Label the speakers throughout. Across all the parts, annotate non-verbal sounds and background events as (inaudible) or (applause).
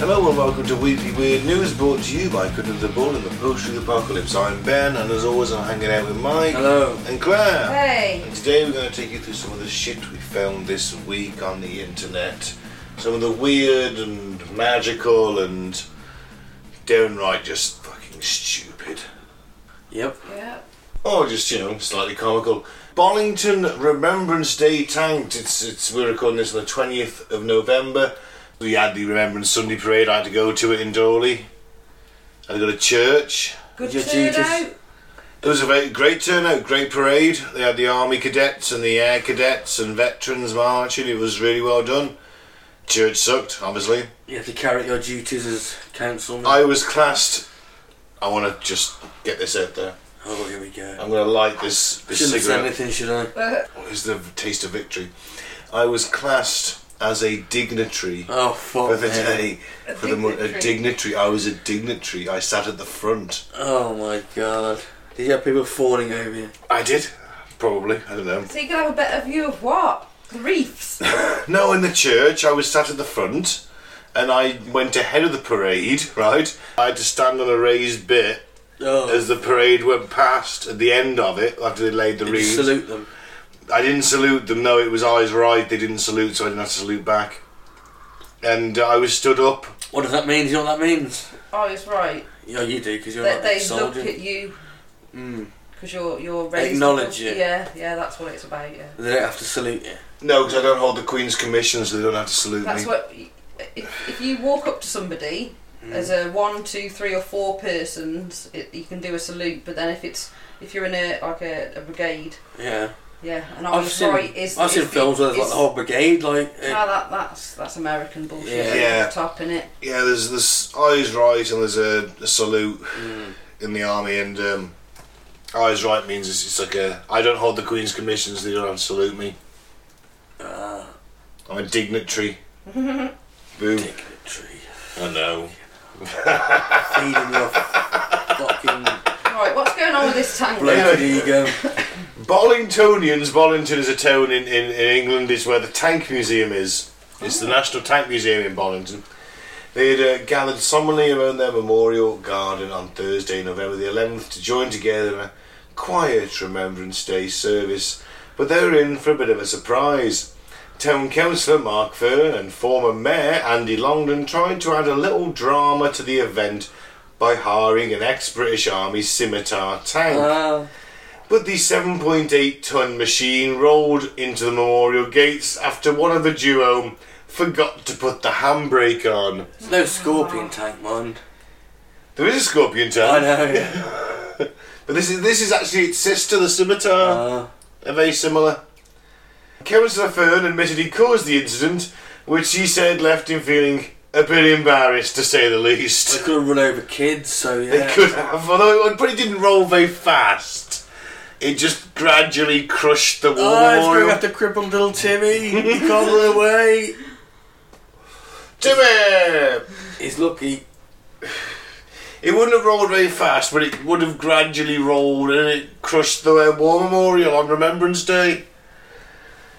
Speaker 1: Hello and welcome to Weekly Weird News brought to you by Good of the Ball and the Poultry Apocalypse. I'm Ben and as always I'm hanging out with Mike
Speaker 2: Hello.
Speaker 1: and Claire.
Speaker 3: Hey.
Speaker 1: And today we're going to take you through some of the shit we found this week on the internet. Some of the weird and magical and downright just fucking stupid.
Speaker 2: Yep.
Speaker 3: Yep.
Speaker 1: Or Oh, just, you know, slightly comical. Bollington Remembrance Day tanked. It's, it's We're recording this on the 20th of November. We had the Remembrance Sunday parade. I had to go to it in Dorley. I had to go to church.
Speaker 3: Good
Speaker 2: Your
Speaker 3: turnout.
Speaker 2: duties.
Speaker 1: It was a very great turnout, great parade. They had the army cadets and the air cadets and veterans marching. It was really well done. Church sucked, obviously.
Speaker 2: You have to carry out your duties as councilman.
Speaker 1: I was classed. I want to just get this out there.
Speaker 2: oh, here we go.
Speaker 1: I'm going to light this, this
Speaker 2: Shouldn't have said
Speaker 1: Um, cigarette.
Speaker 2: anything, should I?
Speaker 3: Uh,
Speaker 1: What is the taste of victory? I was classed as a dignitary
Speaker 2: Oh,
Speaker 1: for
Speaker 2: fuck
Speaker 1: the
Speaker 2: me.
Speaker 1: day.
Speaker 3: A
Speaker 1: for the mo- a
Speaker 3: dignitary.
Speaker 1: dignitary. I was a dignitary. I sat at the front.
Speaker 2: Oh my god. Did you have people falling over you?
Speaker 1: I did. Probably. I don't know.
Speaker 3: so you can have a better view of what? The reefs.
Speaker 1: No, in the church, I was sat at the front and I went ahead of the parade, right? I had to stand on a raised bit
Speaker 2: Oh.
Speaker 1: as the parade went past at the end of it after they laid the
Speaker 2: Did you
Speaker 1: wreaths.
Speaker 2: salute them?
Speaker 1: I didn't salute them, no, it was eyes right. They didn't salute, so I didn't have to salute back. And uh, I was stood up.
Speaker 2: What does that mean? Do you know what that means?
Speaker 3: oh, it's right.
Speaker 2: Yeah, you do, because you're
Speaker 3: That
Speaker 2: not a
Speaker 3: they look
Speaker 2: soldier.
Speaker 3: at you
Speaker 2: Mm.
Speaker 3: because you're you're raised.
Speaker 2: Acknowledge you.
Speaker 3: Yeah, yeah. That's what it's about. Yeah.
Speaker 2: They don't have to salute you.
Speaker 1: No, because I don't hold the Queen's Commission, so they don't have to salute
Speaker 3: That's
Speaker 1: me.
Speaker 3: what. If, if you walk up to somebody
Speaker 2: Hmm.
Speaker 3: as a one, two, three, or four persons, it, you can do a salute. But then if it's if you're in a like a, a brigade,
Speaker 2: Yeah.
Speaker 3: yeah. And I
Speaker 2: I've
Speaker 3: was
Speaker 2: seen,
Speaker 3: Oh, right. Is
Speaker 2: I've seen
Speaker 3: is the-
Speaker 2: films where there's like
Speaker 3: is-
Speaker 2: the whole brigade, like. eh,
Speaker 3: Ah, that, that's that's American bullshit.
Speaker 2: Yeah.
Speaker 3: over
Speaker 1: Yeah.
Speaker 3: the Top in it.
Speaker 1: yeah, there's this eyes right and there's a, a salute
Speaker 2: mm.
Speaker 1: in the army, and um, eyes right means it's, it's like a I don't hold the Queen's Commission, so they don't have to salute me.
Speaker 2: Ah,
Speaker 1: I'm a
Speaker 3: (laughs)
Speaker 1: dignitary. Boom.
Speaker 2: dignitary.
Speaker 1: I know.
Speaker 2: Feeding your
Speaker 1: (laughs)
Speaker 2: fucking
Speaker 3: Right. What's going on with this tank?
Speaker 1: Bloody-
Speaker 2: bloated ego.
Speaker 1: Bollingtonians. Bollington is a town in, in, in England. It's where the Tank Museum is. It's the National Tank Museum in Bollington. They had uh, gathered solemnly around their memorial garden on Thursday, November the 11th, to join together in a quiet Remembrance Day service. But they were in for a bit of a surprise. Town Councillor Mark Fern and former Mayor Andy Longdon tried to add a little drama to the event by hiring an ex British Army scimitar tank.
Speaker 2: Ah.
Speaker 1: But the 7.8 ton machine rolled into the memorial gates after one of the duo forgot to put the handbrake on.
Speaker 2: There's no scorpion tank, mind.
Speaker 1: There is a scorpion
Speaker 2: I
Speaker 1: tank, (laughs)
Speaker 2: know.
Speaker 1: but this is this is actually its sister, the scimitar.
Speaker 2: Uh,
Speaker 1: They're very similar. Councillor Fern admitted he caused the incident, which he said left him feeling a bit embarrassed, to say the
Speaker 2: they
Speaker 1: least.
Speaker 2: could have run over kids, so (laughs) yeah.
Speaker 1: They could have, although it probably didn't roll very fast. It just gradually crushed the wall.
Speaker 2: Oh, it's going
Speaker 1: memorial.
Speaker 2: after crippled little Timmy. He (laughs) can't run away.
Speaker 1: Timmy!
Speaker 2: He's lucky.
Speaker 1: It wouldn't have rolled very fast, but it would have gradually rolled and it crushed the uh, War Memorial on Remembrance Day.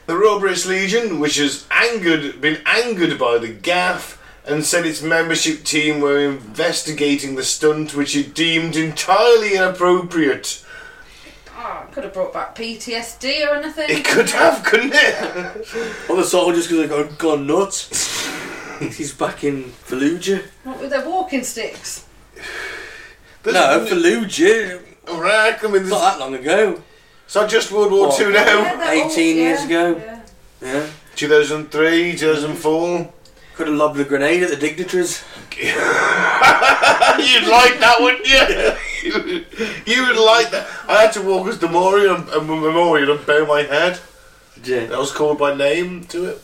Speaker 1: The Royal British Legion, which has angered, been angered by the gaff and said its membership team were investigating the stunt, which it deemed entirely inappropriate.
Speaker 3: Ah, could have brought back PTSD or anything.
Speaker 1: It could have, couldn't it?
Speaker 2: All the soldiers because they got gone nuts. (laughs) He's back in Fallujah.
Speaker 3: Not with their walking sticks.
Speaker 2: No, Fallujah.
Speaker 1: Iraq, I mean,
Speaker 2: It's
Speaker 1: this,
Speaker 2: not that long ago.
Speaker 1: it's not just World War
Speaker 2: What?
Speaker 1: Two
Speaker 3: Yeah,
Speaker 1: now.
Speaker 3: they're
Speaker 2: 18
Speaker 3: yeah,
Speaker 2: years ago.
Speaker 3: yeah.
Speaker 2: Yeah.
Speaker 1: 2003, 2004.
Speaker 2: Could have lobbed a grenade at the dignitaries.
Speaker 1: You'd like that, wouldn't you? (laughs) you would like that. I had to walk as memorial and, and memorial and bow my head.
Speaker 2: Yeah.
Speaker 1: That was called by name to it.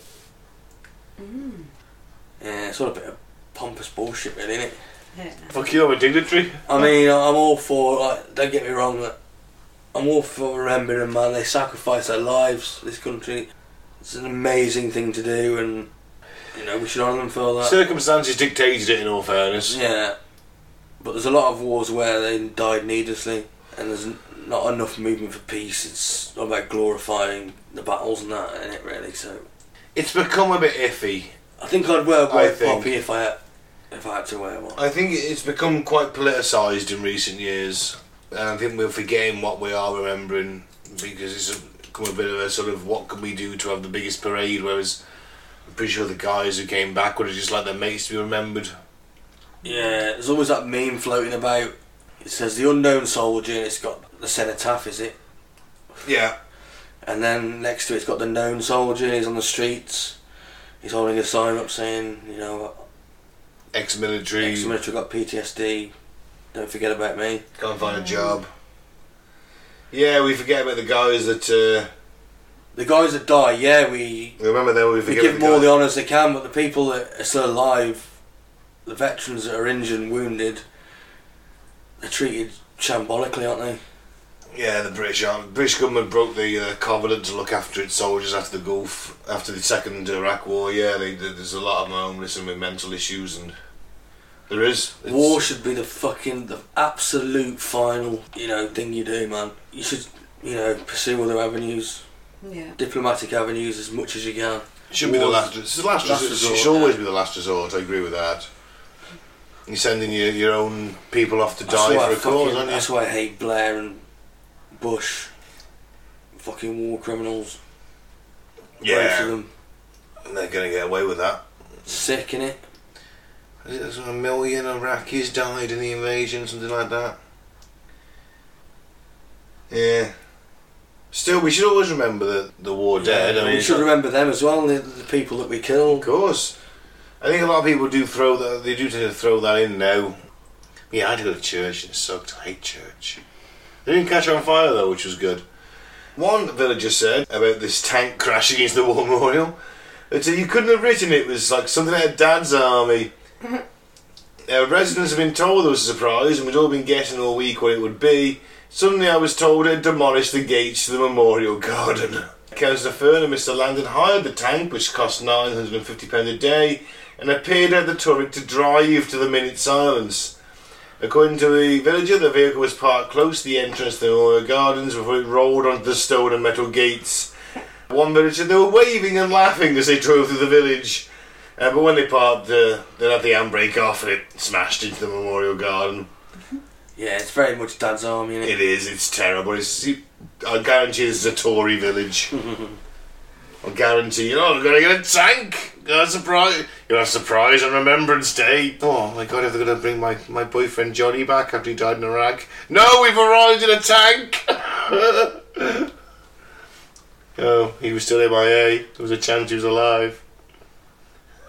Speaker 2: Yeah, it's all a bit of pompous bullshit, really, isn't it?
Speaker 3: Yeah.
Speaker 1: Fuck you, I'm a dignitary.
Speaker 2: I mean, I'm all for, like, don't get me wrong, like, I'm all for remembering, man. They sacrifice their lives, this country. It's an amazing thing to do, and, you know, we should honour them for all that.
Speaker 1: Circumstances dictated it, in all fairness.
Speaker 2: Yeah, but there's a lot of wars where they died needlessly, and there's n- not enough movement for peace. It's all about glorifying the battles and that, isn't it? Really, so
Speaker 1: It's become a bit iffy.
Speaker 2: I think I'd wear a
Speaker 1: I
Speaker 2: white
Speaker 1: think-
Speaker 2: poppy if I if I had to wear one.
Speaker 1: I think it's become quite politicised in recent years, and I think we're forgetting what we are remembering because it's become a bit of a sort of what can we do to have the biggest parade, whereas I'm pretty sure the guys who came back would have just like their mates to be remembered.
Speaker 2: Yeah, there's always that meme floating about. It says the unknown soldier, and it's got the cenotaph, is it?
Speaker 1: Yeah.
Speaker 2: And then next to it's got the known soldier. He's on the streets. He's holding a sign up saying, you know,
Speaker 1: Ex-military,
Speaker 2: ex-military got PTSD. Don't forget about me.
Speaker 1: can't find a job. Yeah, we forget about the guys that uh,
Speaker 2: The guys that die, yeah, we
Speaker 1: remember. Then we
Speaker 2: we
Speaker 1: forget
Speaker 2: give
Speaker 1: about
Speaker 2: them all
Speaker 1: the
Speaker 2: the honours they can, but the people that are still alive, the veterans that are injured and wounded, they're treated shambolically, aren't they?
Speaker 1: Yeah, the British army. British government broke the uh, covenant to look after its soldiers after the Gulf, after the Second Iraq War. Yeah, they, they- there's a lot of them homeless and with mental issues, and there is It's-
Speaker 2: War should be the fucking the absolute final, you know, thing you do, man. You should, you know, pursue other avenues,
Speaker 3: Yeah.
Speaker 2: diplomatic avenues, as much as you can.
Speaker 1: should be the
Speaker 2: Wars-
Speaker 1: last. It's the last,
Speaker 2: last
Speaker 1: resort. It should
Speaker 2: resort,
Speaker 1: always
Speaker 2: yeah.
Speaker 1: be the last resort. I agree with that. You're sending your, your own people off to
Speaker 2: That's why
Speaker 1: die for
Speaker 2: I
Speaker 1: a cause,
Speaker 2: fucking-
Speaker 1: aren't you?
Speaker 2: That's why I hate Blair and Bush. Fucking war criminals. Both of
Speaker 1: Yeah,
Speaker 2: them.
Speaker 1: and they're going to get away with that.
Speaker 2: Sick, innit?
Speaker 1: There's a million Iraqis died in the invasion, something like that. Yeah. Still, we should always remember the, the war dead. I mean,
Speaker 2: we should remember them as well, the, the people that we
Speaker 1: of
Speaker 2: killed.
Speaker 1: course. I think a lot of people do throw that. They do tend to throw that in now. Yeah, I had to go to church and it sucked. I hate church. They didn't catch on fire though, which was good. One villager said about this tank crashing into the (laughs) war memorial. They said you couldn't have written it. It was like something out of Dad's army. Our Uh, residents have been told there was a surprise, and we'd all been guessing all week what it would be. Suddenly, I was told it demolished the gates to the memorial garden. Councillor Fern and Mr. Landon hired the tank, which cost nine hundred and fifty pound a day, and appeared at the turret to drive to the minute silence. According to the villager, the vehicle was parked close to the entrance to the memorial gardens before it rolled onto the stone and metal gates. One villager, they were waving and laughing as they drove through the village. Uh, but when they parked, uh, they had the handbrake off and it smashed into the memorial garden.
Speaker 2: Yeah, it's very much Dad's army, innit?
Speaker 1: It is, it's terrible. It's, you- I guarantee this is a Tory (laughs) village. I guarantee you, oh, we're going to get a tank! Oh, surprise! You'll have surprise on Remembrance Day! Oh my god, if they're going to bring my, my boyfriend Johnny back after he died in Iraq. No, we've arrived in a tank! (laughs) oh, he was still MIA. There was a chance he was alive.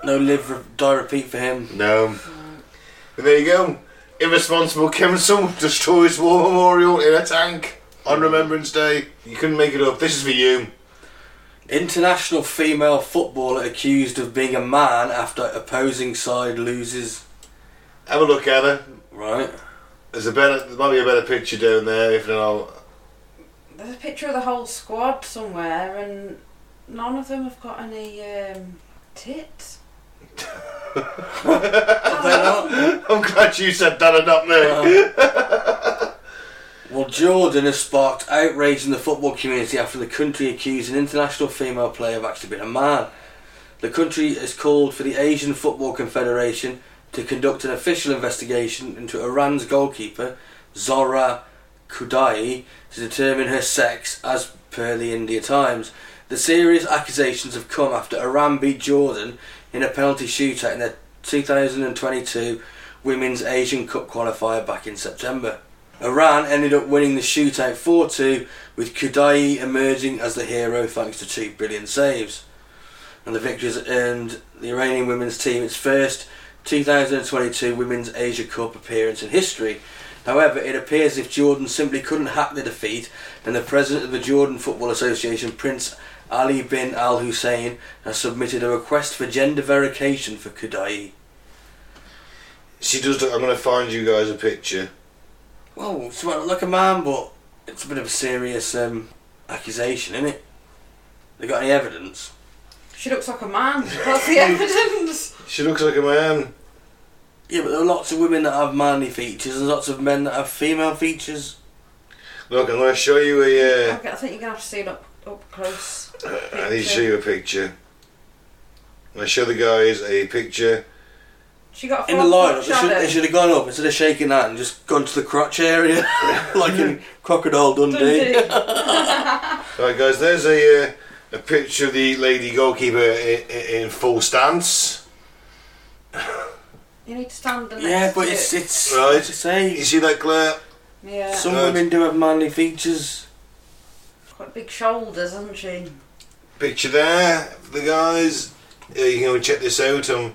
Speaker 2: No live, re- die, repeat for him.
Speaker 1: No. But there you go. Irresponsible Kimson destroys war memorial in a tank on Remembrance Day. You couldn't make it up. This is for you.
Speaker 2: International female footballer accused of being a man after opposing side loses.
Speaker 1: Have a look at her.
Speaker 2: Right?
Speaker 1: There's a better. There might be a better picture down there. If not, I'll- (laughs)
Speaker 3: There's a picture of the whole squad somewhere, and none of them have got any um, tits.
Speaker 2: They're not.
Speaker 1: I'm glad you said that and not me.
Speaker 2: Well, Jordan has sparked outrage in the football community after the country accused an international female player of actually being a man. The country has called for the Asian Football Confederation to conduct an official investigation into Iran's goalkeeper, Zora Kudai, to determine her sex as per the India Times. The serious accusations have come after Iran beat Jordan in a penalty shootout in the 2022 Women's Asian Cup qualifier back in September. Iran ended up winning the shootout 4 2, with Kudai emerging as the hero thanks to 2 billion saves. And the victory has earned the Iranian women's team its first 2022 Women's Asia Cup appearance in history. However, it appears if Jordan simply couldn't hack the defeat, then the president of the Jordan Football Association, Prince Ali bin Al Hussein, has submitted a request for gender verification for Kudai.
Speaker 1: She does. Look, I'm going to find you guys a picture.
Speaker 2: Well, she might not look a man, but it's a bit of a serious um, accusation, isn't it? They got any evidence?
Speaker 3: She looks like a man. That's
Speaker 1: (laughs)
Speaker 3: the evidence.
Speaker 1: She looks like a man.
Speaker 2: Yeah, but there are lots of women that have manly features and lots of men that have female features.
Speaker 1: Look, I'm going to show you a. Uh,
Speaker 3: Okay, I think you're gonna have to see it up up
Speaker 1: (laughs)
Speaker 3: close.
Speaker 1: I need to show you a picture. I'm going to show the guys a picture
Speaker 3: She got a
Speaker 2: In the
Speaker 3: full-on
Speaker 2: lineup, they should,
Speaker 3: shadow.
Speaker 2: they should have gone up instead of shaking that and just gone to the crotch area, (laughs) like in Crocodile Dundee.
Speaker 3: Dundee.
Speaker 1: Right, guys, there's a uh, a picture of the lady goalkeeper in, in full stance.
Speaker 3: (laughs) You need to stand the next
Speaker 2: Yeah, but
Speaker 3: to
Speaker 2: it's
Speaker 3: it.
Speaker 2: it's
Speaker 1: Right.
Speaker 2: right.
Speaker 1: You
Speaker 2: say
Speaker 1: see that, Claire?
Speaker 3: yeah,
Speaker 2: some
Speaker 1: Right.
Speaker 2: women do have manly features.
Speaker 3: quite big shoulders, hasn't she?
Speaker 1: Picture there, the guys. Uh, you can go and check this out. Um,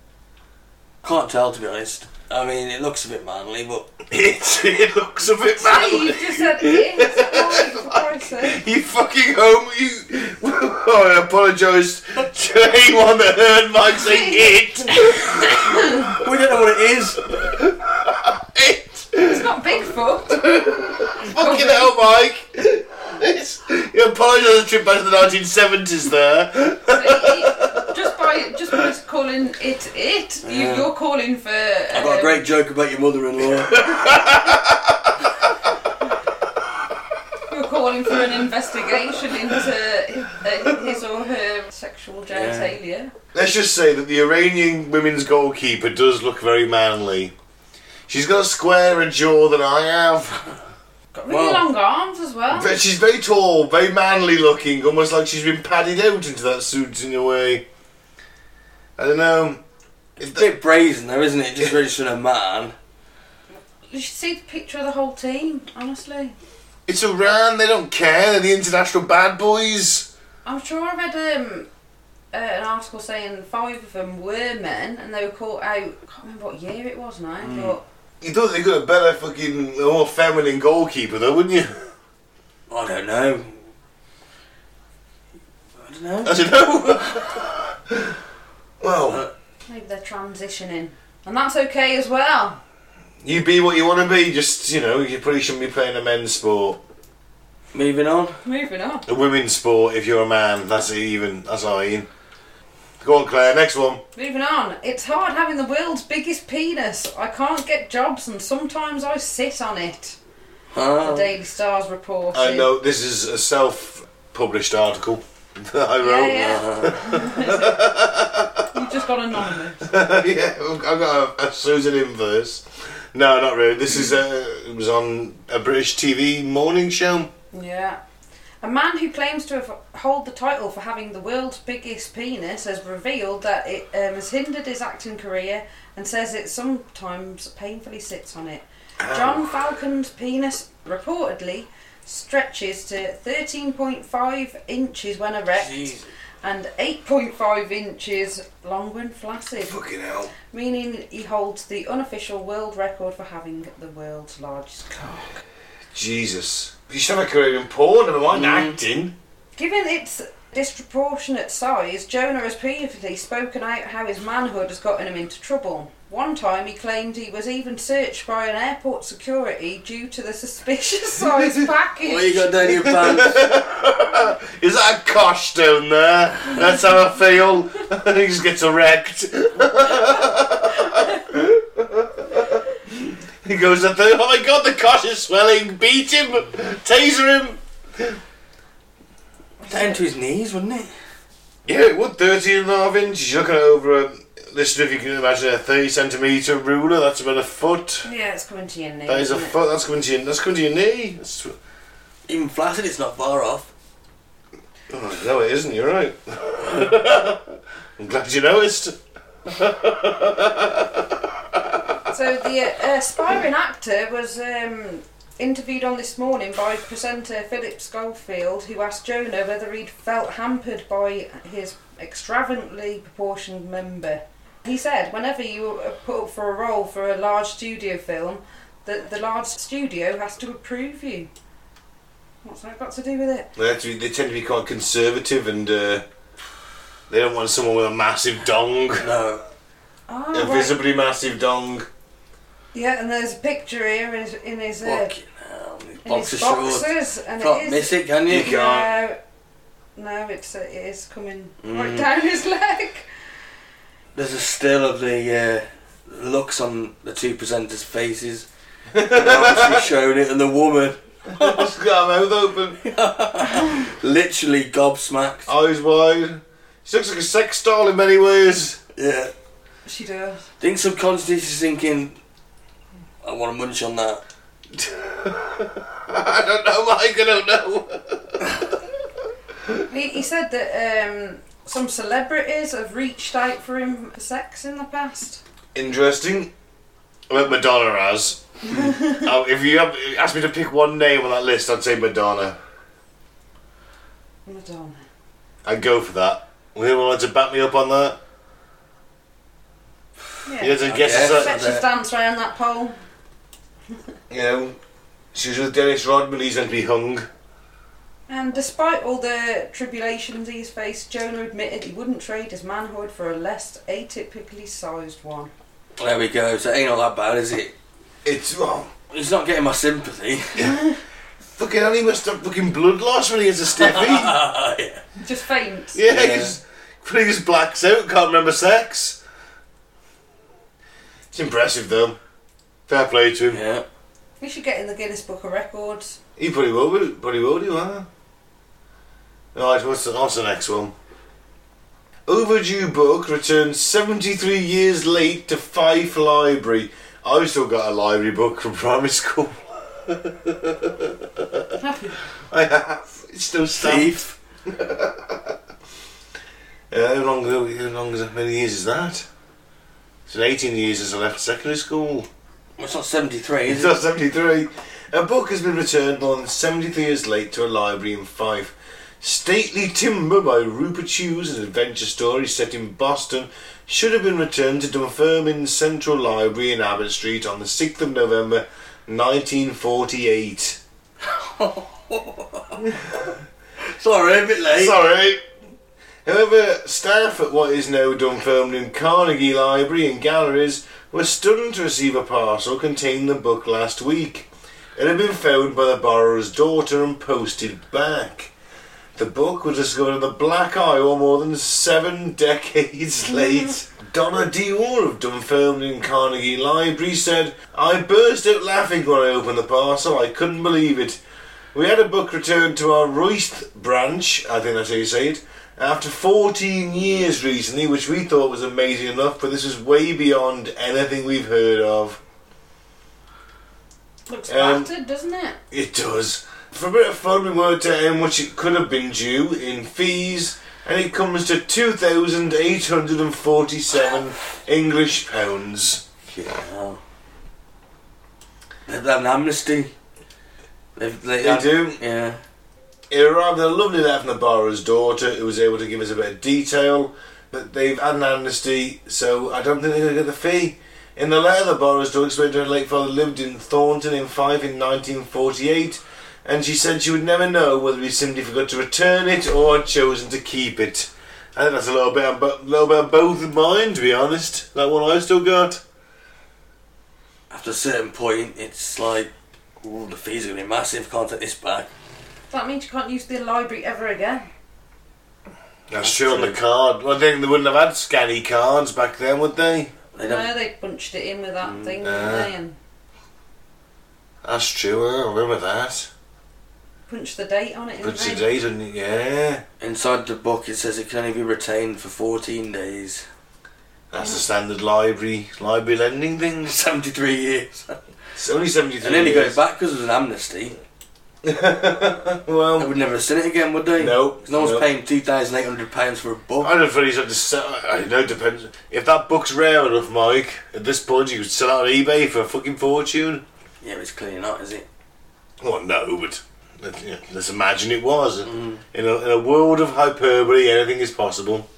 Speaker 1: (laughs)
Speaker 2: Can't tell to be honest. I mean, it looks a bit manly, but
Speaker 1: it, it looks a bit
Speaker 3: you
Speaker 1: manly.
Speaker 3: just said it's oh,
Speaker 2: (laughs)
Speaker 3: for Christ's sake.
Speaker 1: (laughs) You fucking home. You. (laughs) oh, I apologise to anyone that heard Mike say it.
Speaker 2: we don't know what it is.
Speaker 1: It.
Speaker 3: It's not Bigfoot.
Speaker 1: Fucking hell, Mike. It's, you apologise for the trip back to the 1970s there.
Speaker 3: It- it- just by just by calling it it, you,
Speaker 2: Yeah.
Speaker 3: you're calling for.
Speaker 2: I got a
Speaker 3: um,
Speaker 2: great joke about your mother-in-law.
Speaker 1: (laughs)
Speaker 3: uh, You're calling for an investigation into uh, his or her sexual genitalia.
Speaker 1: Let's just say that the Iranian women's goalkeeper does look very manly. She's got a squarer jaw than I have. (laughs)
Speaker 3: Got really
Speaker 2: Wow.
Speaker 3: long arms as well.
Speaker 1: But she's very tall, very manly looking, almost like she's been padded out into that suit in a way. I don't know. If
Speaker 2: a
Speaker 1: that-
Speaker 2: bit brazen though, isn't it? Just registering a man.
Speaker 3: You should see the picture of the whole team, honestly.
Speaker 1: It's Iran, they don't care, they're the international bad boys.
Speaker 3: I'm sure I read um, uh, an article saying five of them were men and they were caught out, I can't remember what year it was now,
Speaker 2: Hmm.
Speaker 3: but
Speaker 1: You thought they got a better fucking, a more feminine goalkeeper though, wouldn't you? (laughs)
Speaker 2: I don't know. I don't know.
Speaker 1: I don't know. (laughs) well,
Speaker 3: maybe they're transitioning. And that's okay as well.
Speaker 1: you be what you want to be, just, you know, you probably shouldn't be playing a men's sport.
Speaker 2: Moving on.
Speaker 3: Moving on.
Speaker 1: A women's sport, if you're a man, that's even, that's all Ian. Go on, Claire, next one.
Speaker 3: Moving on. It's hard having the world's biggest penis. I can't get jobs and sometimes I sit on it. The
Speaker 2: Oh.
Speaker 3: Daily Star's report.
Speaker 1: I know this is a self published article (laughs) that I
Speaker 3: Yeah,
Speaker 1: wrote.
Speaker 3: yeah.
Speaker 2: Uh,
Speaker 3: (laughs) You've just got
Speaker 1: (laughs)
Speaker 3: anonymous.
Speaker 1: yeah, I've got a, a Susan Inverse. No, not really. This is a, it was on a British TV morning show.
Speaker 3: yeah. A man who claims to have hold the title for having the world's biggest penis has revealed that it um, has hindered his acting career and says it sometimes painfully sits on it. John Falcon's penis reportedly stretches to 13.5 inches when erect
Speaker 2: Jeez.
Speaker 3: and 8.5 inches long when flaccid,
Speaker 1: Fucking hell.
Speaker 3: meaning he holds the unofficial world record for having the world's largest cock.
Speaker 1: Jesus. You should have a career in porn, never
Speaker 3: Mm.
Speaker 1: mind acting.
Speaker 3: Given its disproportionate size, Jonah has previously spoken out how his manhood has gotten him into trouble. One time he claimed he was even searched by an airport security due to the
Speaker 1: (laughs)
Speaker 3: suspicious size package.
Speaker 2: what you got down your pants?
Speaker 1: Is that a cosh down there? That's how I feel. (laughs) he just gets erect. (laughs) he goes up there, oh my god, the cosh is swelling. Beat him, taser him.
Speaker 2: down to his knees, wouldn't it?
Speaker 1: Yeah, it would. 13 and a half inches. You're looking at over a. Listen, if you can imagine a 30 centimetre ruler, that's about a foot.
Speaker 3: Yeah, it's coming to your knee.
Speaker 1: That is a
Speaker 3: isn't it?
Speaker 1: foot. That's coming to your, that's coming to your knee. That's,
Speaker 2: Even flaccid, it's not far off.
Speaker 1: oh, no, it isn't. You're right. (laughs) I'm glad you noticed.
Speaker 3: So the uh, aspiring actor was um, interviewed on this morning by presenter Philip Schofield, who asked Jonah whether he'd felt hampered by his extravagantly proportioned member. He said, "Whenever you are put up for a role for a large studio film, that the large studio has to approve you." What's that got to do with it?
Speaker 1: They, have to be, they tend to be quite conservative and uh, they don't want someone with a massive dong.
Speaker 2: No.
Speaker 3: Oh,
Speaker 1: A
Speaker 3: right.
Speaker 1: visibly massive dong. (laughs)
Speaker 3: Yeah, and there's a picture here in his in his, uh,
Speaker 2: Fucking hell. these
Speaker 3: in his
Speaker 2: Boxer shorts.
Speaker 3: boxers, and it
Speaker 2: Can't
Speaker 3: is
Speaker 2: miss it, can you?
Speaker 1: You can't.
Speaker 3: No, no, it's uh, it is coming right
Speaker 2: Mm.
Speaker 3: down his leg.
Speaker 2: There's a still of the uh, looks on the two presenters'
Speaker 1: (laughs)
Speaker 2: faces. She's shown it, and the woman
Speaker 1: It's got her mouth open,
Speaker 2: literally gobsmacked.
Speaker 1: eyes wide. She looks like a sex doll in many ways. (laughs)
Speaker 2: Yeah.
Speaker 3: She does.
Speaker 2: I think subconsciously she's thinking, I want to munch on that.
Speaker 1: I don't know, Mike. I don't know.
Speaker 3: He, he said that um, some celebrities have reached out for him for sex in the past.
Speaker 1: Interesting. Well, Madonna has. (laughs) oh, if you have, asked me to pick one name on that list, I'd say Madonna.
Speaker 3: Madonna.
Speaker 1: I'd go for that. Would anyone like to back me up on that?
Speaker 3: Yeah.
Speaker 1: Yeah, to
Speaker 2: I
Speaker 1: guess
Speaker 2: guess.
Speaker 1: it's a-
Speaker 3: Bet she's danced around that pole.
Speaker 1: you know, she was with Dennis Rodman. He's meant to be hung.
Speaker 3: And despite all the tribulations he's faced, Jonah admitted he wouldn't trade his manhood for a less atypically sized one.
Speaker 2: There we go. So it ain't all that bad, is it?
Speaker 1: It's wrong.
Speaker 2: He's not getting my sympathy. (laughs)
Speaker 1: Fucking hell, he must have fucking blood loss when he has a stiffy. yeah,
Speaker 2: yeah.
Speaker 3: Just faints.
Speaker 1: He just, when he just blacks out, can't remember sex. It's impressive though. Fair play to him.
Speaker 2: Yeah.
Speaker 3: We should get in the Guinness Book
Speaker 1: (laughs)
Speaker 3: of Records.
Speaker 1: He probably will, do- probably will do, huh? Alright, what's the, what's the next one? Overdue book returns 73 years late to Fife Library. I've still got a library book from primary school. (laughs) I have. It's still stamped.
Speaker 2: Thief.
Speaker 1: Uh, how, long, ago- how long is that? Many years is that? It's been 18 years since I left secondary school.
Speaker 2: Well, it's not
Speaker 1: (laughs)
Speaker 2: 73,
Speaker 1: It's
Speaker 2: is
Speaker 1: not
Speaker 2: it?
Speaker 1: 73. A book has been returned more than 73 years late to a library in Fife. Stately Timber by Rupert Hughes, an adventure story set in Boston, should have been returned to Dunfermline Central Library in Abbott Street on the 6th of November 1948.
Speaker 2: Sorry, a bit late.
Speaker 1: Sorry. However, staff at what is now Dunfermline Carnegie Library and Galleries were stunned to receive a parcel containing the book last week. It had been found by the borrower's daughter and posted back. The book was discovered in the Black Isle more than seven (laughs) decades late. Donna Dior of Dunfermline Carnegie Library said, I burst out laughing when I opened the parcel. I couldn't believe it. We had a book returned to our Royst branch, I think that's how you say it, after 14 years recently, which we thought was amazing enough, but this is way beyond anything we've heard of.
Speaker 3: Looks
Speaker 1: Um,
Speaker 3: battered, doesn't it?
Speaker 1: It does. For a bit of fun, we worked out how much it could have been due in fees, and it comes to 2,847 English pounds.
Speaker 2: Yeah. They've had an amnesty. They've, they
Speaker 1: They
Speaker 2: had-
Speaker 1: do.
Speaker 2: Yeah.
Speaker 1: It arrived with a lovely letter from the borrower's daughter, who was able to give us a bit of detail. But they've had an amnesty, so I don't think they're going to get the fee. In the letter, the borrower's daughter explained to her late father lived in Thornton in Fife in 1948, and she said she would never know whether he simply forgot to return it or had chosen to keep it. I think that's a little bit, of bo- little bit of both of mine, to be honest. That one I've still got.
Speaker 2: After a certain point, it's like, ooh, the fees are going to be massive. Can't take this back.
Speaker 3: That means you can't use the library ever again.
Speaker 1: That's true on the card. Well, I think they wouldn't have had scanny cards back then, would they?
Speaker 2: They don't.
Speaker 3: No, they bunched it in with that thing,
Speaker 1: nah.
Speaker 3: didn't they? And
Speaker 1: That's true, I remember that.
Speaker 3: punched the date on it.
Speaker 1: Puts
Speaker 3: didn't
Speaker 1: a
Speaker 3: they?
Speaker 1: date on it, yeah.
Speaker 2: Inside the book, it says it can only be retained for 14 days. (laughs)
Speaker 1: That's the standard library library lending thing.
Speaker 2: 73 years.
Speaker 1: It's only seventy three.
Speaker 2: And then he goes back because it was an amnesty. They
Speaker 1: well,
Speaker 2: would never have seen it again, would they?
Speaker 1: No.
Speaker 2: 'Cause no one's
Speaker 1: No.
Speaker 2: paying £2,800 for a book.
Speaker 1: I don't think he's up to sell. I don't know it depends. If that book's rare enough, Mike, at this point you could sell it on eBay for a fucking fortune.
Speaker 2: Yeah, but it's clearly not, is it?
Speaker 1: Well, no, but let, you know, let's imagine it was.
Speaker 2: Mm.
Speaker 1: In, a, in a world of hyperbole, anything is possible.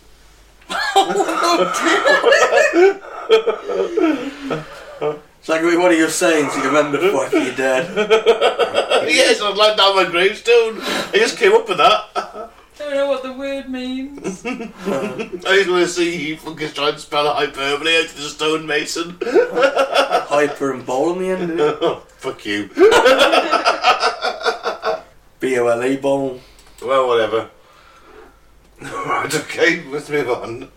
Speaker 1: (laughs)
Speaker 2: It's like one of your sayings you remember before after you're dead.
Speaker 1: yes, I'd like that on my gravestone. I just came up with that. (laughs)
Speaker 3: Don't know what the word means.
Speaker 1: I just want to see you fucking try and spell hyperbole out to the stonemason. (laughs)
Speaker 2: Hyper and bowl in the end, isn't it?
Speaker 1: oh, fuck you.
Speaker 2: B-O-L-E E bowl.
Speaker 1: Well, whatever. (laughs) Right, okay, let's move on.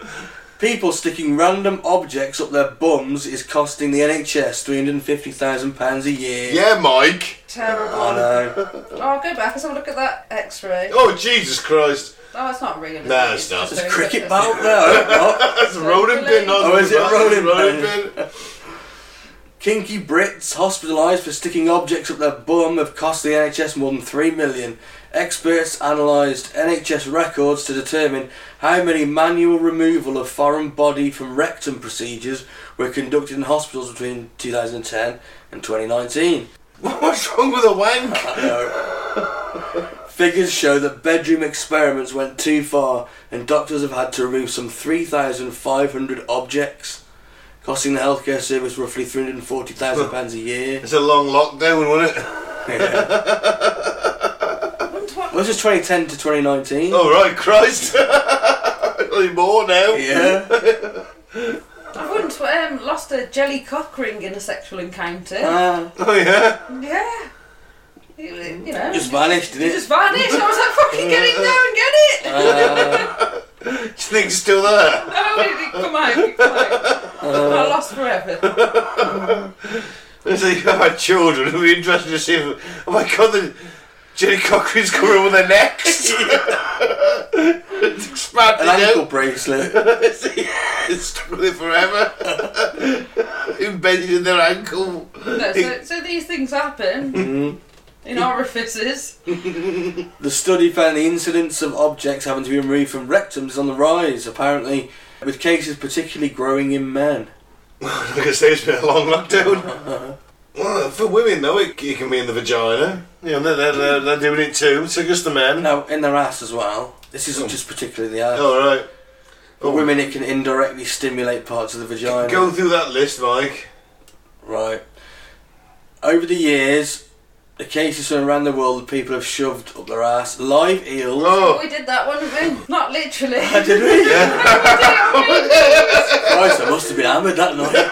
Speaker 2: People sticking random objects up their bums is costing the NHS £350,000 a year.
Speaker 1: Yeah, Mike.
Speaker 3: (laughs) Terrible.
Speaker 2: I know.
Speaker 3: Oh, I'll go back and have a look at that X-ray.
Speaker 1: Oh, Jesus Christ.
Speaker 3: No, it's not real. is
Speaker 1: No,
Speaker 3: it?
Speaker 1: it's not.
Speaker 2: It's
Speaker 3: just
Speaker 2: a
Speaker 3: a-
Speaker 2: cricket bout now.
Speaker 1: That's a rolling pin. not
Speaker 2: Oh, is it a
Speaker 1: bat,
Speaker 2: rolling
Speaker 1: rolling pin? (laughs)
Speaker 2: Kinky Brits hospitalised for sticking objects up their bum have cost the NHS more than three million. Experts analysed NHS records to determine how many manual removal of foreign body from rectum procedures were conducted in hospitals between 2010 and 2019.
Speaker 1: What's wrong with a wank?
Speaker 2: (laughs) Figures show that bedroom experiments went too far, and doctors have had to remove some 3,500 objects, costing the healthcare service roughly 340,000 pounds a
Speaker 1: (laughs)
Speaker 2: year.
Speaker 1: It's a long lockdown, wasn't it? (laughs)
Speaker 2: Yeah.
Speaker 3: Wonder what-
Speaker 2: Well, this is 2010 to 2019.
Speaker 1: Oh right, Christ! (laughs) Only more now.
Speaker 2: Yeah.
Speaker 3: I once um, lost a jelly cock ring in a sexual encounter.
Speaker 2: Uh,
Speaker 1: Oh yeah.
Speaker 3: yeah. It- it- You know.
Speaker 2: just vanished,
Speaker 3: it
Speaker 2: did
Speaker 3: just
Speaker 2: it?
Speaker 3: vanished. I was like, fucking get it now and get it! (laughs)
Speaker 2: Uh,
Speaker 1: Do you think it's still there?
Speaker 3: How did Oh, it come out? It come out. I lost forever.
Speaker 1: It's like I've had children. It'd be interested to see. If, oh my God, the Jenny Cochran's coming up with their necks. (laughs)
Speaker 2: (laughs)
Speaker 1: it's expanded
Speaker 2: an
Speaker 1: (laughs)
Speaker 2: ankle
Speaker 1: out.
Speaker 2: bracelet.
Speaker 1: it's stuck with it forever. (laughs) Embedded in their (laughs) ankle.
Speaker 3: No, so, so these things happen
Speaker 2: Mhm.
Speaker 3: in orifices.
Speaker 2: The study found the incidence of objects having to be removed from rectums is on the rise, apparently, with cases particularly growing in men.
Speaker 1: Like I say, it's been a long lockdown. Well, for women though, it, it can be in the vagina. You know, they're, they're, they're, they're doing it too. So just the men.
Speaker 2: No, in their ass as well. This
Speaker 1: Hmm.
Speaker 2: isn't just particularly the ass.
Speaker 1: All right.
Speaker 2: For women, it can indirectly stimulate parts of the vagina.
Speaker 1: Go through that list, Mike.
Speaker 2: Right. Over the years, the cases from around the world, people have shoved up their ass live eels.
Speaker 1: Oh,
Speaker 3: We did that one, didn't we? (laughs) Not literally.
Speaker 2: I (laughs) did we?
Speaker 3: I
Speaker 2: (laughs) Christ, I must have been hammered that night.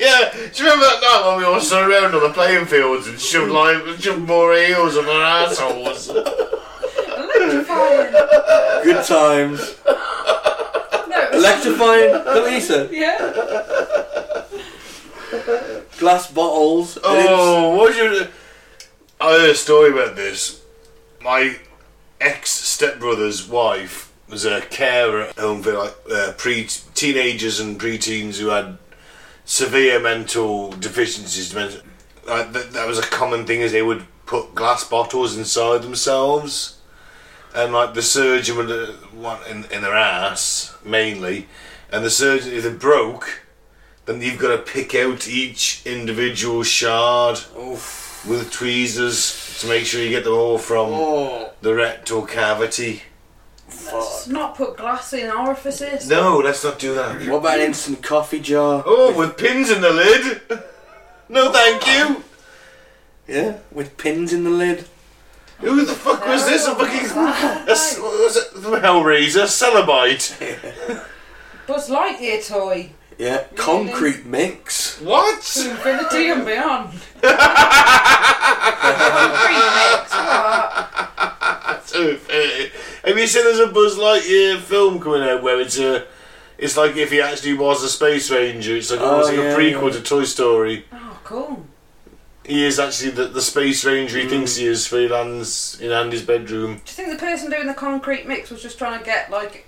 Speaker 1: yeah. Do you remember that night when we all stood around on the playing fields and shoved like shoved more eels on our assholes? (laughs)
Speaker 3: (laughs) Electrifying.
Speaker 2: Good times.
Speaker 3: No, it was-
Speaker 2: Electrifying. Look what you said.
Speaker 3: yeah.
Speaker 2: Glass bottles. It is-
Speaker 1: oh, what you? I heard a story about this. My ex stepbrother's wife was a carer at home for like uh, pre teenagers and preteens who had severe mental deficiencies. men- Like that, that was a common thing, is they would put glass bottles inside themselves, and like the surgeon would uh, want in, in their ass mainly, and the surgeon if they broke, then you've got to pick out each individual shard
Speaker 2: Oof.
Speaker 1: with tweezers to make sure you get them all from
Speaker 2: Oh,
Speaker 1: the rectal cavity.
Speaker 2: fuck.
Speaker 3: Let's not put glass in orifices.
Speaker 1: No, let's not do that.
Speaker 2: What about an instant coffee jar?
Speaker 1: Oh, with pins in the lid? No, thank you.
Speaker 2: Yeah, with pins in the lid.
Speaker 1: Who the fuck was this? A fucking.
Speaker 3: Buzz
Speaker 1: A, s- what was it? Hellraiser? Celebite?
Speaker 3: Lightyear toy.
Speaker 2: Yeah, concrete mix.
Speaker 1: What?
Speaker 3: Infinity and beyond. Concrete mix. What?
Speaker 1: So, uh, Have you seen there's a Buzz Lightyear film coming out where it's a. It's like if he actually was a space ranger. It's like
Speaker 2: Oh,
Speaker 1: almost like
Speaker 2: yeah,
Speaker 1: a prequel
Speaker 2: yeah.
Speaker 1: to Toy Story.
Speaker 3: Oh, cool.
Speaker 1: He is actually the, the space ranger
Speaker 2: Mm.
Speaker 1: he thinks he is. For he lands in Andy's bedroom.
Speaker 3: Do you think the person doing the concrete mix was just trying to get like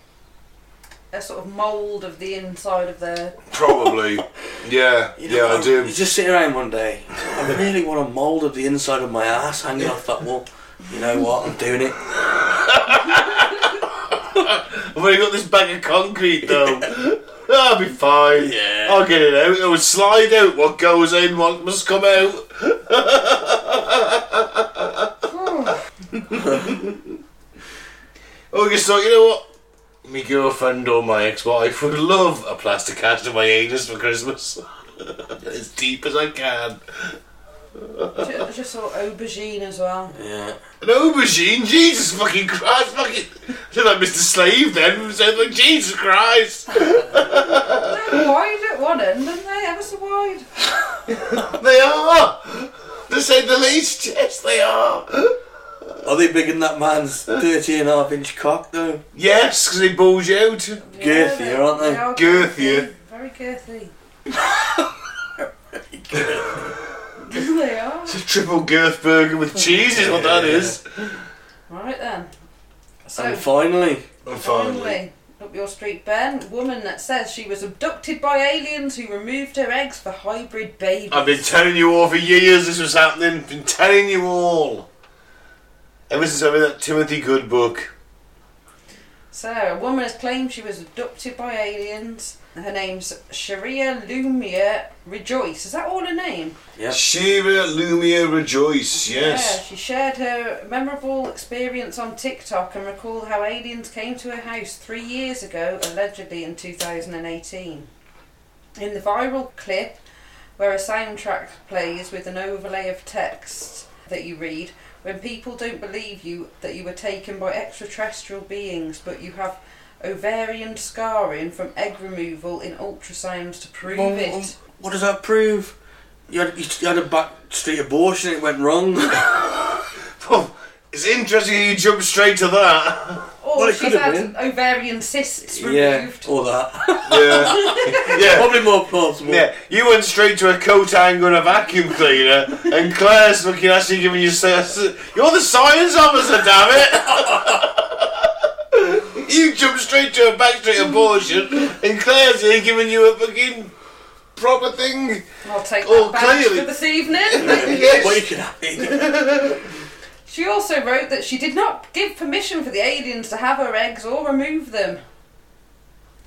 Speaker 3: a sort of mould of the inside of their?
Speaker 1: (laughs) Probably. yeah.
Speaker 2: You know, You just sit around one day. I really want a mould of the inside of my ass hanging off that wall. You know what? I'm doing it.
Speaker 1: I've only got this bag of concrete though. I'll be fine.
Speaker 2: Yeah.
Speaker 1: I'll get it out. It will slide out. What goes in, what must come out. (laughs) Oh, you thought, you know what? My girlfriend or my ex-wife would love a plaster cast of my anus for Christmas. (laughs) as deep as I can.
Speaker 3: I ju- I just saw aubergine as well.
Speaker 2: Yeah.
Speaker 1: An aubergine? Jesus fucking Christ! Fucking. I said like Mr. Slave then. I said like Jesus Christ.
Speaker 3: They're wide at one end, aren't they? Ever so wide.
Speaker 1: They are. To say the least, yes, they are.
Speaker 2: Are they bigger than that man's 30 and a half inch cock though?
Speaker 1: Yes, because they bulge out.
Speaker 2: Girthier,
Speaker 3: they-
Speaker 2: aren't they?
Speaker 3: are
Speaker 1: Girthier.
Speaker 3: Very girthy. (laughs) they are.
Speaker 1: It's a triple girth burger with cheese is what that is.
Speaker 3: Right then. So
Speaker 2: and finally,
Speaker 1: And
Speaker 3: Finally, up your street, Ben. Woman that says she was abducted by aliens who removed her eggs for hybrid babies.
Speaker 1: I've been telling you all for years this was happening. Been telling you all. Ever since I read that Timothy Good book.
Speaker 3: so, a woman has claimed she was abducted by aliens. Her name's Sharia Lumia Rejoice. Is that all her name?
Speaker 2: yeah.
Speaker 1: Shira Lumia Rejoice,
Speaker 3: Yeah,
Speaker 1: yes.
Speaker 3: she shared her memorable experience on TikTok and recalled how aliens came to her house three years ago, allegedly in 2018. In the viral clip, where a soundtrack plays with an overlay of text that you read, when people don't believe you that you were taken by extraterrestrial beings, but you have ovarian scarring from egg removal in ultrasounds to prove
Speaker 2: Well, um,
Speaker 3: it.
Speaker 2: What does that prove? You had, you had a backstreet abortion, it went
Speaker 3: (laughs)
Speaker 2: wrong.
Speaker 1: Oh, it's interesting you jump straight to that.
Speaker 3: Or
Speaker 2: well, it could
Speaker 3: she's
Speaker 2: have
Speaker 3: had
Speaker 2: been.
Speaker 3: ovarian cysts removed.
Speaker 2: yeah, all that.
Speaker 1: (laughs)
Speaker 2: (laughs)
Speaker 1: Yeah. yeah.
Speaker 2: Probably more plausible.
Speaker 1: Yeah, you went straight to a coat hanger and a vacuum cleaner, and Claire's fucking actually giving you. s- You're the science officer, damn it! (laughs) you jumped straight to a backstreet abortion, and Claire's here giving you a fucking proper thing.
Speaker 3: I'll take
Speaker 1: Oh,
Speaker 3: that badge
Speaker 1: clearly.
Speaker 3: for this
Speaker 1: (laughs)
Speaker 3: evening.
Speaker 2: Well, you
Speaker 1: Yes.
Speaker 2: could have it.
Speaker 3: she also wrote that she did not give permission for the aliens to have her eggs or remove them.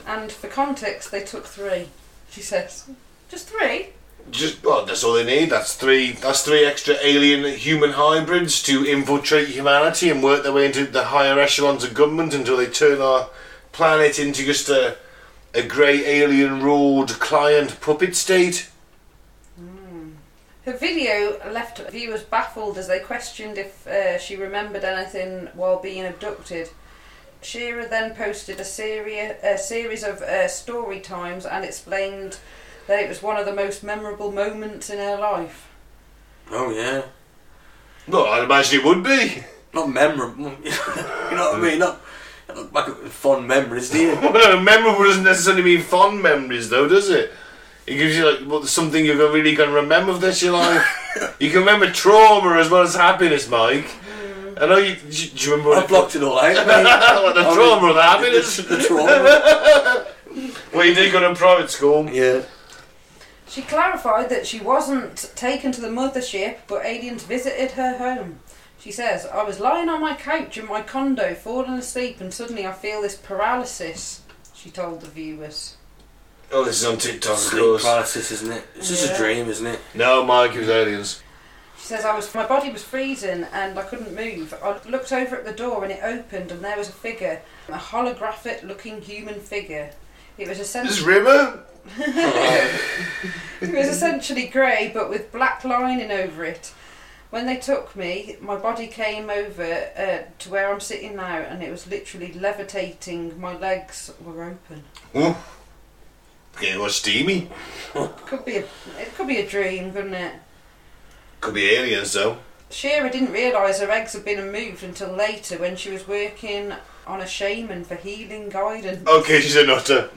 Speaker 3: And for context, they took three. She says, "Just three?
Speaker 1: Just well, that's all they need. That's three. That's three extra alien human hybrids to infiltrate humanity and work their way into the higher echelons of government until they turn our planet into just a a grey alien ruled client puppet state.
Speaker 3: Her video left viewers baffled as they questioned if uh, she remembered anything while being abducted. Shearer then posted a, seri- a series of uh, story times and explained that it was one of the most memorable moments in her life.
Speaker 2: Oh, yeah.
Speaker 1: Well, I'd imagine it would be. (laughs)
Speaker 2: Not memorable. (laughs) you know what I mean? Not, not look back at fond memories, do
Speaker 1: (laughs)
Speaker 2: you?
Speaker 1: Well, memorable doesn't necessarily mean fond memories, though, does it? It gives you like what- something you're gonna- really going to remember for the rest of your life. you can remember trauma as well as happiness, Mike. I know you. Do you do you remember? when
Speaker 2: I
Speaker 1: it-
Speaker 2: blocked it all out.
Speaker 1: (laughs)
Speaker 2: mate.
Speaker 1: what the
Speaker 2: I mean,
Speaker 1: trauma of the happiness.
Speaker 2: the, the trauma.
Speaker 1: Well, you did go to private school.
Speaker 2: yeah.
Speaker 3: She clarified that she wasn't taken to the mothership, but aliens visited her home. She says, I was lying on my couch in my condo, falling asleep, and suddenly I feel this paralysis, she told the viewers.
Speaker 1: Oh, this is on TikTok, of
Speaker 2: Sleep
Speaker 1: course.
Speaker 2: paralysis, isn't it? It's just
Speaker 3: Yeah.
Speaker 2: a dream, isn't it?
Speaker 1: No, Mike, it was aliens.
Speaker 3: She says, I was, my body was freezing and I couldn't move. I looked over at the door and it opened, and there was a figure, a holographic looking human figure. It was essentially.
Speaker 1: This Rimmer?
Speaker 3: It was essentially grey, but with black lining over it. When they took me, my body came over uh, to where I'm sitting now, and it was literally levitating. My legs were open.
Speaker 1: Ooh. Getting all steamy.
Speaker 3: Could be a, it could be a dream, couldn't it?
Speaker 1: Could be aliens, though.
Speaker 3: Shearer didn't realise her eggs had been removed until later when she was working on a shaman for healing guidance.
Speaker 2: Oh.
Speaker 1: Okay, she's a nutter.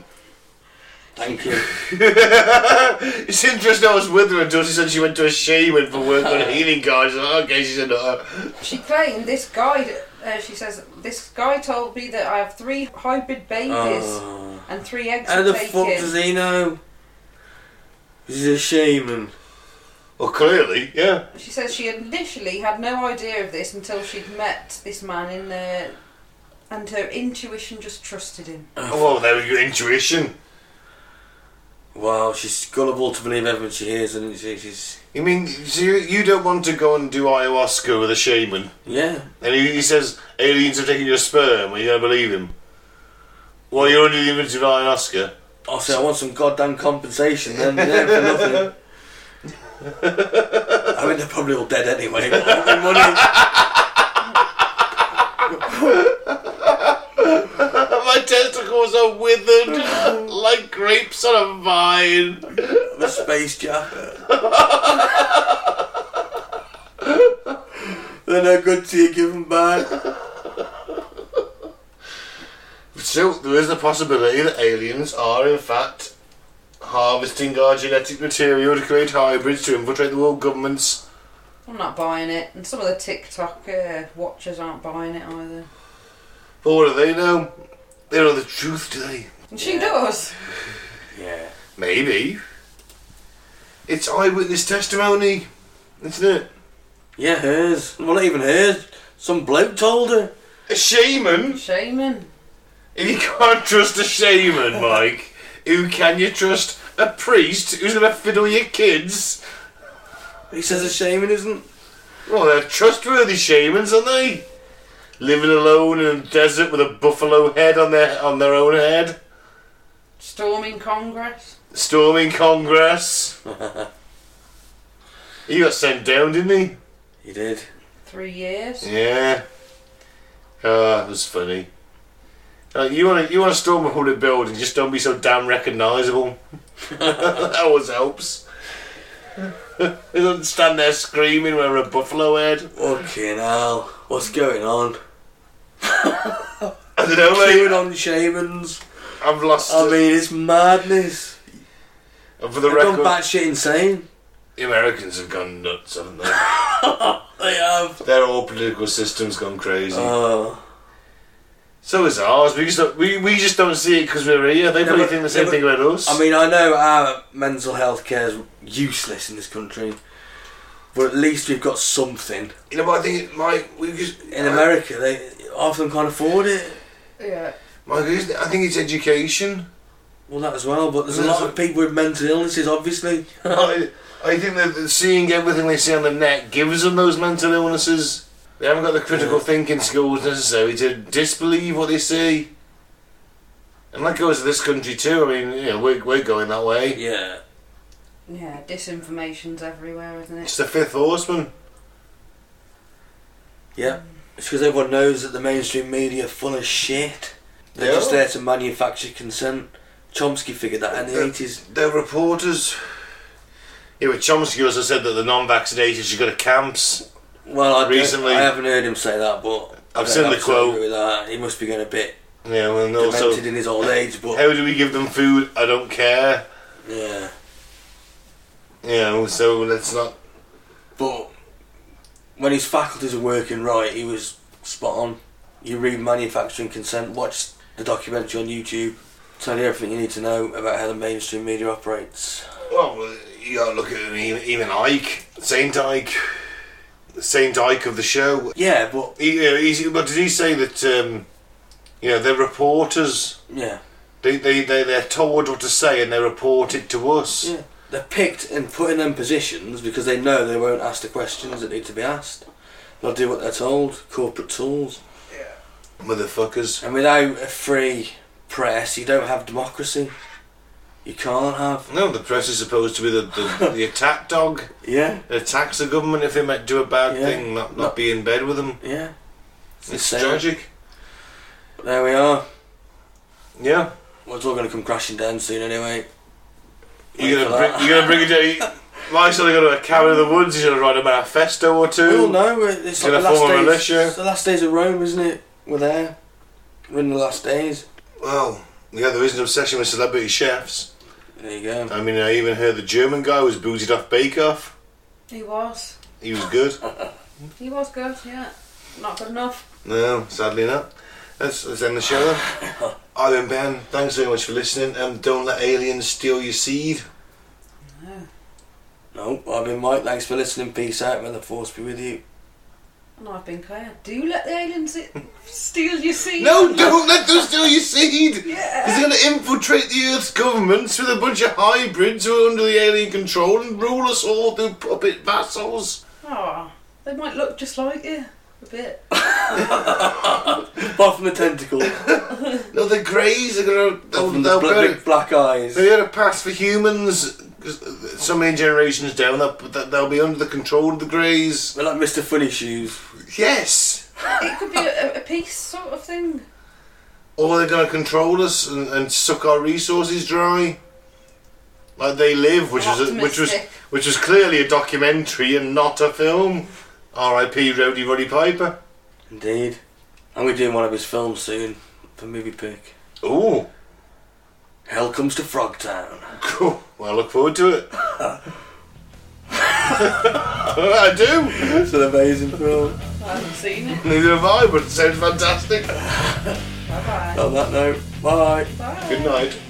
Speaker 2: Thank you.
Speaker 1: (laughs) it's interesting I was with her until she said she went to a shaman for work (laughs) on healing guys. Okay, she's a nutter.
Speaker 3: She claimed this guy. Uh, she says this guy told me that I have three hybrid babies
Speaker 2: Oh.
Speaker 3: and three eggs.
Speaker 2: How
Speaker 3: were
Speaker 2: the
Speaker 3: taken.
Speaker 2: fuck does he know? He's a shaman.
Speaker 1: Well, clearly, yeah.
Speaker 3: She says she initially had no idea of this until she'd met this man in the. And her intuition just trusted him.
Speaker 1: Oh, well, there was your intuition.
Speaker 2: Wow, she's gullible to believe everything she hears, and she, she's
Speaker 1: You mean, so you, you don't want to go and do ayahuasca with a shaman?
Speaker 2: yeah.
Speaker 1: And he, he says aliens have taken your sperm. Are you going to believe him? Well, you're under the influence of ayahuasca. (laughs)
Speaker 2: I say I want some goddamn compensation then, yeah, for (laughs) nothing. I mean, they're probably all dead anyway. but I want my money.
Speaker 1: My testicles are withered (laughs) like grapes on a vine.
Speaker 2: The space jacket. (laughs) they're no good to you, give them back.
Speaker 1: Still, there is the possibility that aliens are, in fact, harvesting our genetic material to create hybrids to infiltrate the world governments.
Speaker 3: I'm not buying it, and some of the TikTok uh, watchers aren't buying it either.
Speaker 1: But what do they know? They know the truth, do they?
Speaker 3: And she
Speaker 2: Yeah.
Speaker 3: does.
Speaker 2: Yeah.
Speaker 1: Maybe. It's eyewitness testimony, isn't it?
Speaker 2: Yeah, hers. Well, not even hers. Some bloke told her.
Speaker 1: A shaman?
Speaker 3: Shaman.
Speaker 1: If you can't trust a shaman, Mike, who can you trust? A priest who's going to fiddle your kids?
Speaker 2: He says a shaman isn't.
Speaker 1: Well, they're trustworthy shamans, aren't they? Living alone in a desert with a buffalo head on their on their own head,
Speaker 3: Storming Congress.
Speaker 1: storming Congress. (laughs) he got sent down, didn't
Speaker 2: He did.
Speaker 3: Three years.
Speaker 1: he? Yeah. Ah, it was funny. Uh, you want to you want to storm a public building? Just don't be so damn recognisable. (laughs) that always helps. (laughs) they don't stand there screaming we're a buffalo head.
Speaker 2: Fucking hell. What's going on?
Speaker 1: I don't know,
Speaker 2: Queuing
Speaker 1: mate.
Speaker 2: on shamans.
Speaker 1: I've lost.
Speaker 2: I
Speaker 1: it.
Speaker 2: mean, it's madness.
Speaker 1: And for the
Speaker 2: They've
Speaker 1: record,
Speaker 2: gone batshit insane.
Speaker 1: The Americans have gone nuts, haven't they?
Speaker 2: They have.
Speaker 1: (laughs) Their whole political system's gone crazy.
Speaker 2: Oh.
Speaker 1: Um, so is ours. We just don't, we, we just don't see it because we're here. They
Speaker 2: No,
Speaker 1: probably
Speaker 2: but-
Speaker 1: think the same
Speaker 2: no, but-
Speaker 1: thing about us.
Speaker 2: I mean, I know our mental health care is useless in this country, but at least we've got something.
Speaker 1: you know, but I think my we just
Speaker 2: In America, they half of them can't afford it.
Speaker 3: Yeah.
Speaker 1: My, I think it's education.
Speaker 2: Well, that as well, but there's a lot of people with mental illnesses, obviously.
Speaker 1: I, I think that seeing everything they see on the net gives them those mental illnesses. They haven't got the critical
Speaker 2: Yeah.
Speaker 1: thinking skills necessary to disbelieve what they see. And that goes to this country too. I mean, you know, we're, we're going that way.
Speaker 2: Yeah.
Speaker 3: Yeah, disinformation's everywhere, isn't it?
Speaker 1: It's the fifth horseman.
Speaker 2: Yeah. It's because everyone knows that the mainstream media are full of shit. They're
Speaker 1: Yeah.
Speaker 2: just there to manufacture consent. Chomsky figured that out in the
Speaker 1: Yeah.
Speaker 2: 80s.
Speaker 1: They're reporters. Yeah, but Chomsky also said that the non-vaccinated should go to camps.
Speaker 2: Well, I, don't-
Speaker 1: Recently-
Speaker 2: I haven't heard him say that, but. I
Speaker 1: I've
Speaker 2: don't
Speaker 1: seen the
Speaker 2: absolutely
Speaker 1: quote.
Speaker 2: agree With that. He must be going a bit
Speaker 1: Yeah, well, and
Speaker 2: demented
Speaker 1: also,
Speaker 2: in his old age, but.
Speaker 1: how do we give them food? I don't care.
Speaker 2: Yeah.
Speaker 1: You know, so let's not.
Speaker 2: But when his faculties were working right, he was spot on. You read Manufacturing Consent, watch the documentary on YouTube, tell you everything you need to know about how the mainstream media operates.
Speaker 1: Well, you gotta look at even, even Ike, Saint Ike, Saint Ike of the show.
Speaker 2: Yeah, but.
Speaker 1: He, you know, he's, but did he say that? Um, you know, they're reporters.
Speaker 2: Yeah.
Speaker 1: They they they they're told what to say and they report it to us.
Speaker 2: Yeah. They're picked and put in them positions because they know they won't ask the questions that need to be asked. They'll do what they're told, corporate tools.
Speaker 1: Motherfuckers.
Speaker 2: And without a free press, you don't have democracy. You can't have.
Speaker 1: No, the press is supposed to be the
Speaker 2: (laughs)
Speaker 1: the, the attack dog.
Speaker 2: Yeah.
Speaker 1: It attacks the government if they might do a bad
Speaker 2: Yeah.
Speaker 1: thing, not, not
Speaker 2: No.
Speaker 1: be in bed with them.
Speaker 2: Yeah.
Speaker 1: It's,
Speaker 2: insane.
Speaker 1: tragic.
Speaker 2: There we are.
Speaker 1: Yeah.
Speaker 2: Well, it's all going to come crashing down soon anyway. Wait
Speaker 1: You're
Speaker 2: for
Speaker 1: gonna bring,
Speaker 2: that.
Speaker 1: you're gonna bring it
Speaker 2: (laughs)
Speaker 1: down. Mike's only got a cabin in the woods. He's gonna write a manifesto or two.
Speaker 2: We all know uh, it's like
Speaker 1: Gonna
Speaker 2: the last
Speaker 1: form a
Speaker 2: days.
Speaker 1: militia.
Speaker 2: It's the last days of Rome, isn't it? We're there. We're in the last days.
Speaker 1: Well, yeah, there is an obsession with celebrity chefs.
Speaker 2: There you go.
Speaker 1: I mean, I even heard the German guy was booted off Bake Off.
Speaker 3: He was.
Speaker 1: He was (laughs) good.
Speaker 3: He was good, yeah. Not good enough.
Speaker 1: No, sadly not. Let's, let's end the show then. (laughs) I've been Ben. Thanks very much for listening. And don't let aliens steal your seed.
Speaker 2: Nope. I've been Mike. Thanks for listening. Peace out. May the force be with you.
Speaker 3: And I've been clear. Do let the aliens i- steal your seed.
Speaker 1: No, (laughs) don't let them steal your seed.
Speaker 3: Yeah.
Speaker 1: He's going to infiltrate the Earth's governments with a bunch of hybrids who are under the alien control and rule us all through puppet vassals.
Speaker 3: Aw, Ah, they might look just like you. A bit.
Speaker 2: Apart from the tentacles
Speaker 1: No, the Greys are going to.
Speaker 2: apart
Speaker 1: They'll,
Speaker 2: from the
Speaker 1: they'll,
Speaker 2: bl-
Speaker 1: bury-
Speaker 2: big black eyes.
Speaker 1: they're going to pass for humans. 'cause So many generations down, they'll, they'll be under the control of the Greys.
Speaker 2: They're like Mr. Funny Shoes.
Speaker 1: Yes!
Speaker 3: It could be a, a peace sort of thing.
Speaker 1: Or they're going to control us and, and suck our resources dry. Like they live, which was a, which was
Speaker 3: Optimistic.
Speaker 1: which was clearly a documentary and not a film. R.I.P. Rowdy Roddy Piper.
Speaker 2: Indeed. And we're doing one of his films soon for movie pick.
Speaker 1: Ooh,
Speaker 2: Hell comes to Frogtown.
Speaker 1: cool. Well, I look forward to it. (laughs) I do.
Speaker 2: It's an amazing film.
Speaker 3: Oh, I haven't seen it.
Speaker 1: Neither have I, but it sounds fantastic.
Speaker 3: Bye bye.
Speaker 2: On that note, bye.
Speaker 3: Bye.
Speaker 1: Good night.